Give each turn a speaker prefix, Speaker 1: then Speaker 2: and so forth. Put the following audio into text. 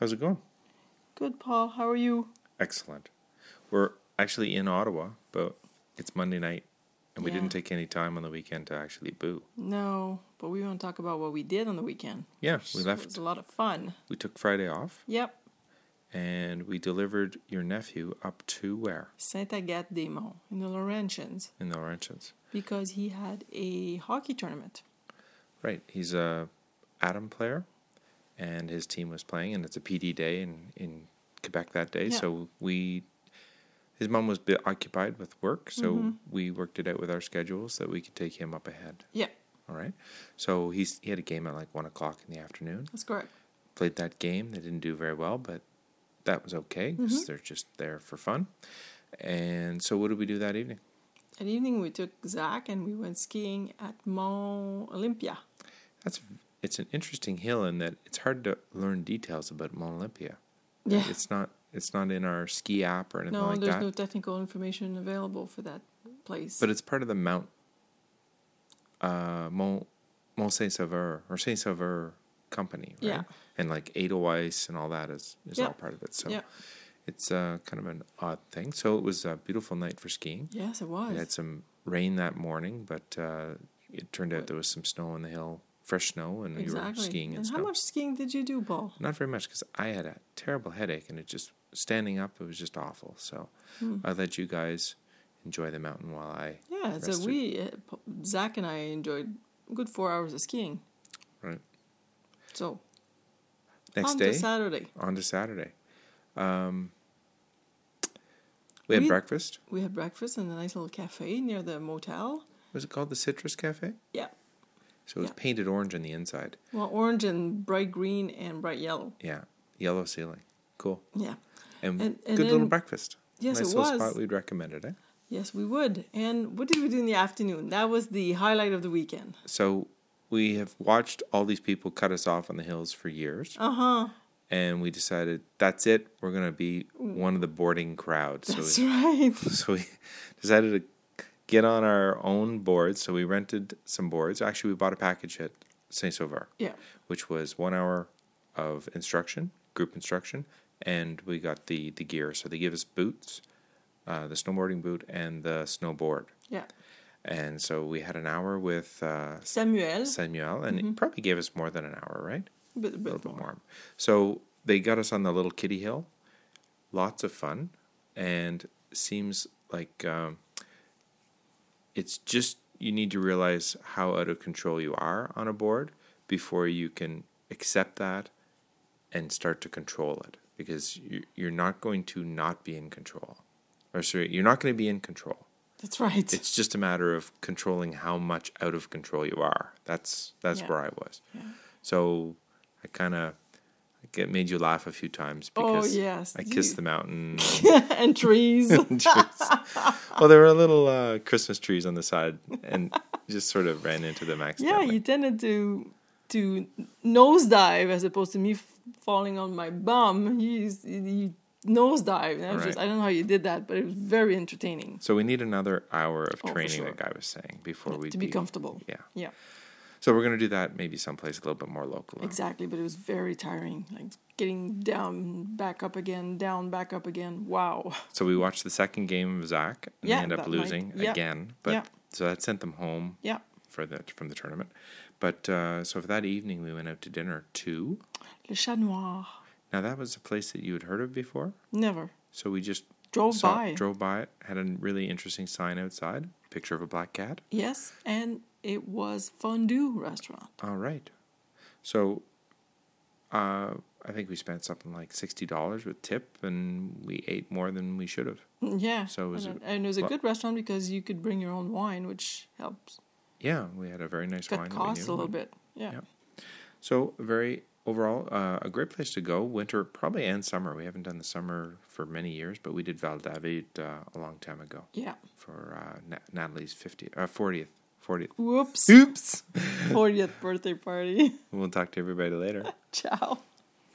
Speaker 1: How's it going?
Speaker 2: Good, Paul. How are you?
Speaker 1: Excellent. We're actually in Ottawa, but it's Monday night, and we
Speaker 2: Yeah.
Speaker 1: didn't take any time on the weekend to actually boo.
Speaker 2: No, but we want to talk about what we did on the weekend.
Speaker 1: Yeah, we
Speaker 2: It
Speaker 1: left.
Speaker 2: was a lot of fun.
Speaker 1: We took Friday off,
Speaker 2: Yep.
Speaker 1: and we delivered your nephew up to where
Speaker 2: Saint Agathe des Monts in the Laurentians
Speaker 1: in the Laurentians.
Speaker 2: because he had a hockey tournament.
Speaker 1: Right. He's a Atom player, and his team was playing, and it's a PD day in in Quebec that day.
Speaker 2: Yeah.
Speaker 1: So we, his mom was bit occupied with work, so we worked it out with our schedules that we could take him up ahead.
Speaker 2: Yeah,
Speaker 1: All right. So he's he had a game at like one o'clock in the afternoon.
Speaker 2: that's correct.
Speaker 1: Played that game. They didn't do very well, but that was okay because
Speaker 2: Mm-hmm.
Speaker 1: they're just there for fun. And so, what did we do that evening?
Speaker 2: That evening we took Zach and we went skiing at Mont Olympia.
Speaker 1: That's it's an interesting hill in that it's hard to learn details about Mont Olympia.
Speaker 2: Yeah.
Speaker 1: It's not it's not in our ski app or anything
Speaker 2: no,
Speaker 1: like
Speaker 2: there's
Speaker 1: that.
Speaker 2: no technical information available for that place.
Speaker 1: But it's part of the Mount uh Mont Mont Saint Sauveur or Saint Sauveur company, right?
Speaker 2: Yeah.
Speaker 1: And like Edelweiss and all that is is
Speaker 2: Yeah.
Speaker 1: all part of it. So
Speaker 2: Yeah.
Speaker 1: it's uh, kind of an odd thing. So it was a beautiful night for skiing.
Speaker 2: yes, it was.
Speaker 1: We had some rain that morning, but uh, it turned out there was some snow on the hill, fresh snow, and we were
Speaker 2: exactly.
Speaker 1: skiing in
Speaker 2: and
Speaker 1: snow.
Speaker 2: how much skiing did you do, Paul?
Speaker 1: Not very much because I had a terrible headache and it just standing up, it was just awful. So
Speaker 2: Hmm.
Speaker 1: I let you guys enjoy the mountain while I
Speaker 2: Yeah, so
Speaker 1: rested.
Speaker 2: we uh, P- Zach and I enjoyed a good four hours of skiing.
Speaker 1: Right.
Speaker 2: So
Speaker 1: Next
Speaker 2: on
Speaker 1: day,
Speaker 2: to Saturday
Speaker 1: on to Saturday. Um, we had
Speaker 2: We-
Speaker 1: breakfast.
Speaker 2: we had breakfast in a nice little cafe near the motel.
Speaker 1: Was it called the Citrus Cafe?
Speaker 2: Yeah,
Speaker 1: So it was
Speaker 2: Yeah.
Speaker 1: painted orange on the inside.
Speaker 2: well, orange and bright green and bright yellow.
Speaker 1: Yeah, yellow ceiling. Cool.
Speaker 2: Yeah,
Speaker 1: And,
Speaker 2: And- and
Speaker 1: good little
Speaker 2: then-
Speaker 1: breakfast.
Speaker 2: Yes,
Speaker 1: nice
Speaker 2: it
Speaker 1: little
Speaker 2: was.
Speaker 1: spot we'd recommend it. Eh?
Speaker 2: yes, we would. And what did we do in the afternoon? That was the highlight of the weekend.
Speaker 1: So we have watched all these people cut us off on the hills for years.
Speaker 2: Uh huh.
Speaker 1: and we decided that's it. We're gonna be one of the boarding crowd. So
Speaker 2: Mm. That's
Speaker 1: we,
Speaker 2: right.
Speaker 1: so we decided to get on our own boards. So we rented some boards. Actually, we bought a package at Saint Sauveur,
Speaker 2: Yeah,
Speaker 1: which was one hour of instruction, group instruction, and we got the the gear. So they give us boots, uh, the snowboarding boot, and the snowboard.
Speaker 2: yeah.
Speaker 1: And so we had an hour with uh,
Speaker 2: Samuel,
Speaker 1: Samuel, and it probably gave us more than an hour, right?
Speaker 2: a bit, a
Speaker 1: a
Speaker 2: bit
Speaker 1: little bit
Speaker 2: more.
Speaker 1: warm. So they got us on the little kitty hill. Lots of fun, and seems like um, it's just you need to realize how out of control you are on a board before you can accept that and start to control it because you- you're not going to not be in control, or sorry, you're not going to be in control.
Speaker 2: That's right.
Speaker 1: It's just a matter of controlling how much out of control you are. That's that's
Speaker 2: Yeah.
Speaker 1: where I was.
Speaker 2: Yeah.
Speaker 1: So I kind of get made you laugh a few times
Speaker 2: Oh,
Speaker 1: because
Speaker 2: yes.
Speaker 1: I
Speaker 2: You-
Speaker 1: kissed the mountain.
Speaker 2: and trees.
Speaker 1: well, there were little uh, Christmas trees on the side, and just sort of ran into them
Speaker 2: yeah,
Speaker 1: accidentally.
Speaker 2: you tended to to nosedive as opposed to me f- falling on my bum. You, you nosedive. And I, was just,
Speaker 1: Right.
Speaker 2: I don't know how you did that, but it was very entertaining
Speaker 1: So we need another hour of
Speaker 2: Oh, for
Speaker 1: training,
Speaker 2: sure.
Speaker 1: like I was saying, before we
Speaker 2: to be comfortable.
Speaker 1: Yeah.
Speaker 2: Yeah,
Speaker 1: So we're gonna do that maybe someplace a little bit more local.
Speaker 2: exactly. But it was very tiring. Like getting down, back up again, down, back up again. Wow.
Speaker 1: So we watched the second game of Zach, and
Speaker 2: Yeah,
Speaker 1: they end up
Speaker 2: that night.
Speaker 1: losing
Speaker 2: Yeah.
Speaker 1: again. But
Speaker 2: Yeah.
Speaker 1: so that sent them home.
Speaker 2: Yeah.
Speaker 1: for the from the tournament. But uh, so for that evening, we went out to dinner too.
Speaker 2: Le Chat Noir.
Speaker 1: Now that was a place that you had heard of before,
Speaker 2: Never.
Speaker 1: so we just
Speaker 2: Drove by.
Speaker 1: drove by it, had a really interesting sign outside, picture of a black cat.
Speaker 2: Yes, and it was fondue restaurant.
Speaker 1: All right, so uh, I think we spent something like sixty dollars with tip, and we ate more than we should have.
Speaker 2: Yeah.
Speaker 1: So it was
Speaker 2: and,
Speaker 1: a-
Speaker 2: and it was a
Speaker 1: but-
Speaker 2: good restaurant because you could bring your own wine, which helps
Speaker 1: Yeah, we had a very nice wine.
Speaker 2: cut
Speaker 1: that we
Speaker 2: costs
Speaker 1: knew.
Speaker 2: a little bit. Yeah.
Speaker 1: Yeah. So very overall, uh, a great place to go. Winter probably and summer. We haven't done the summer for many years, but we did Val David uh, a long time ago
Speaker 2: Yeah.
Speaker 1: for uh, Na- Natalie's fiftieth, uh, fortieth, fortieth.
Speaker 2: Whoops.
Speaker 1: Oops.
Speaker 2: 40th birthday party.
Speaker 1: We'll talk to everybody later.
Speaker 2: Ciao.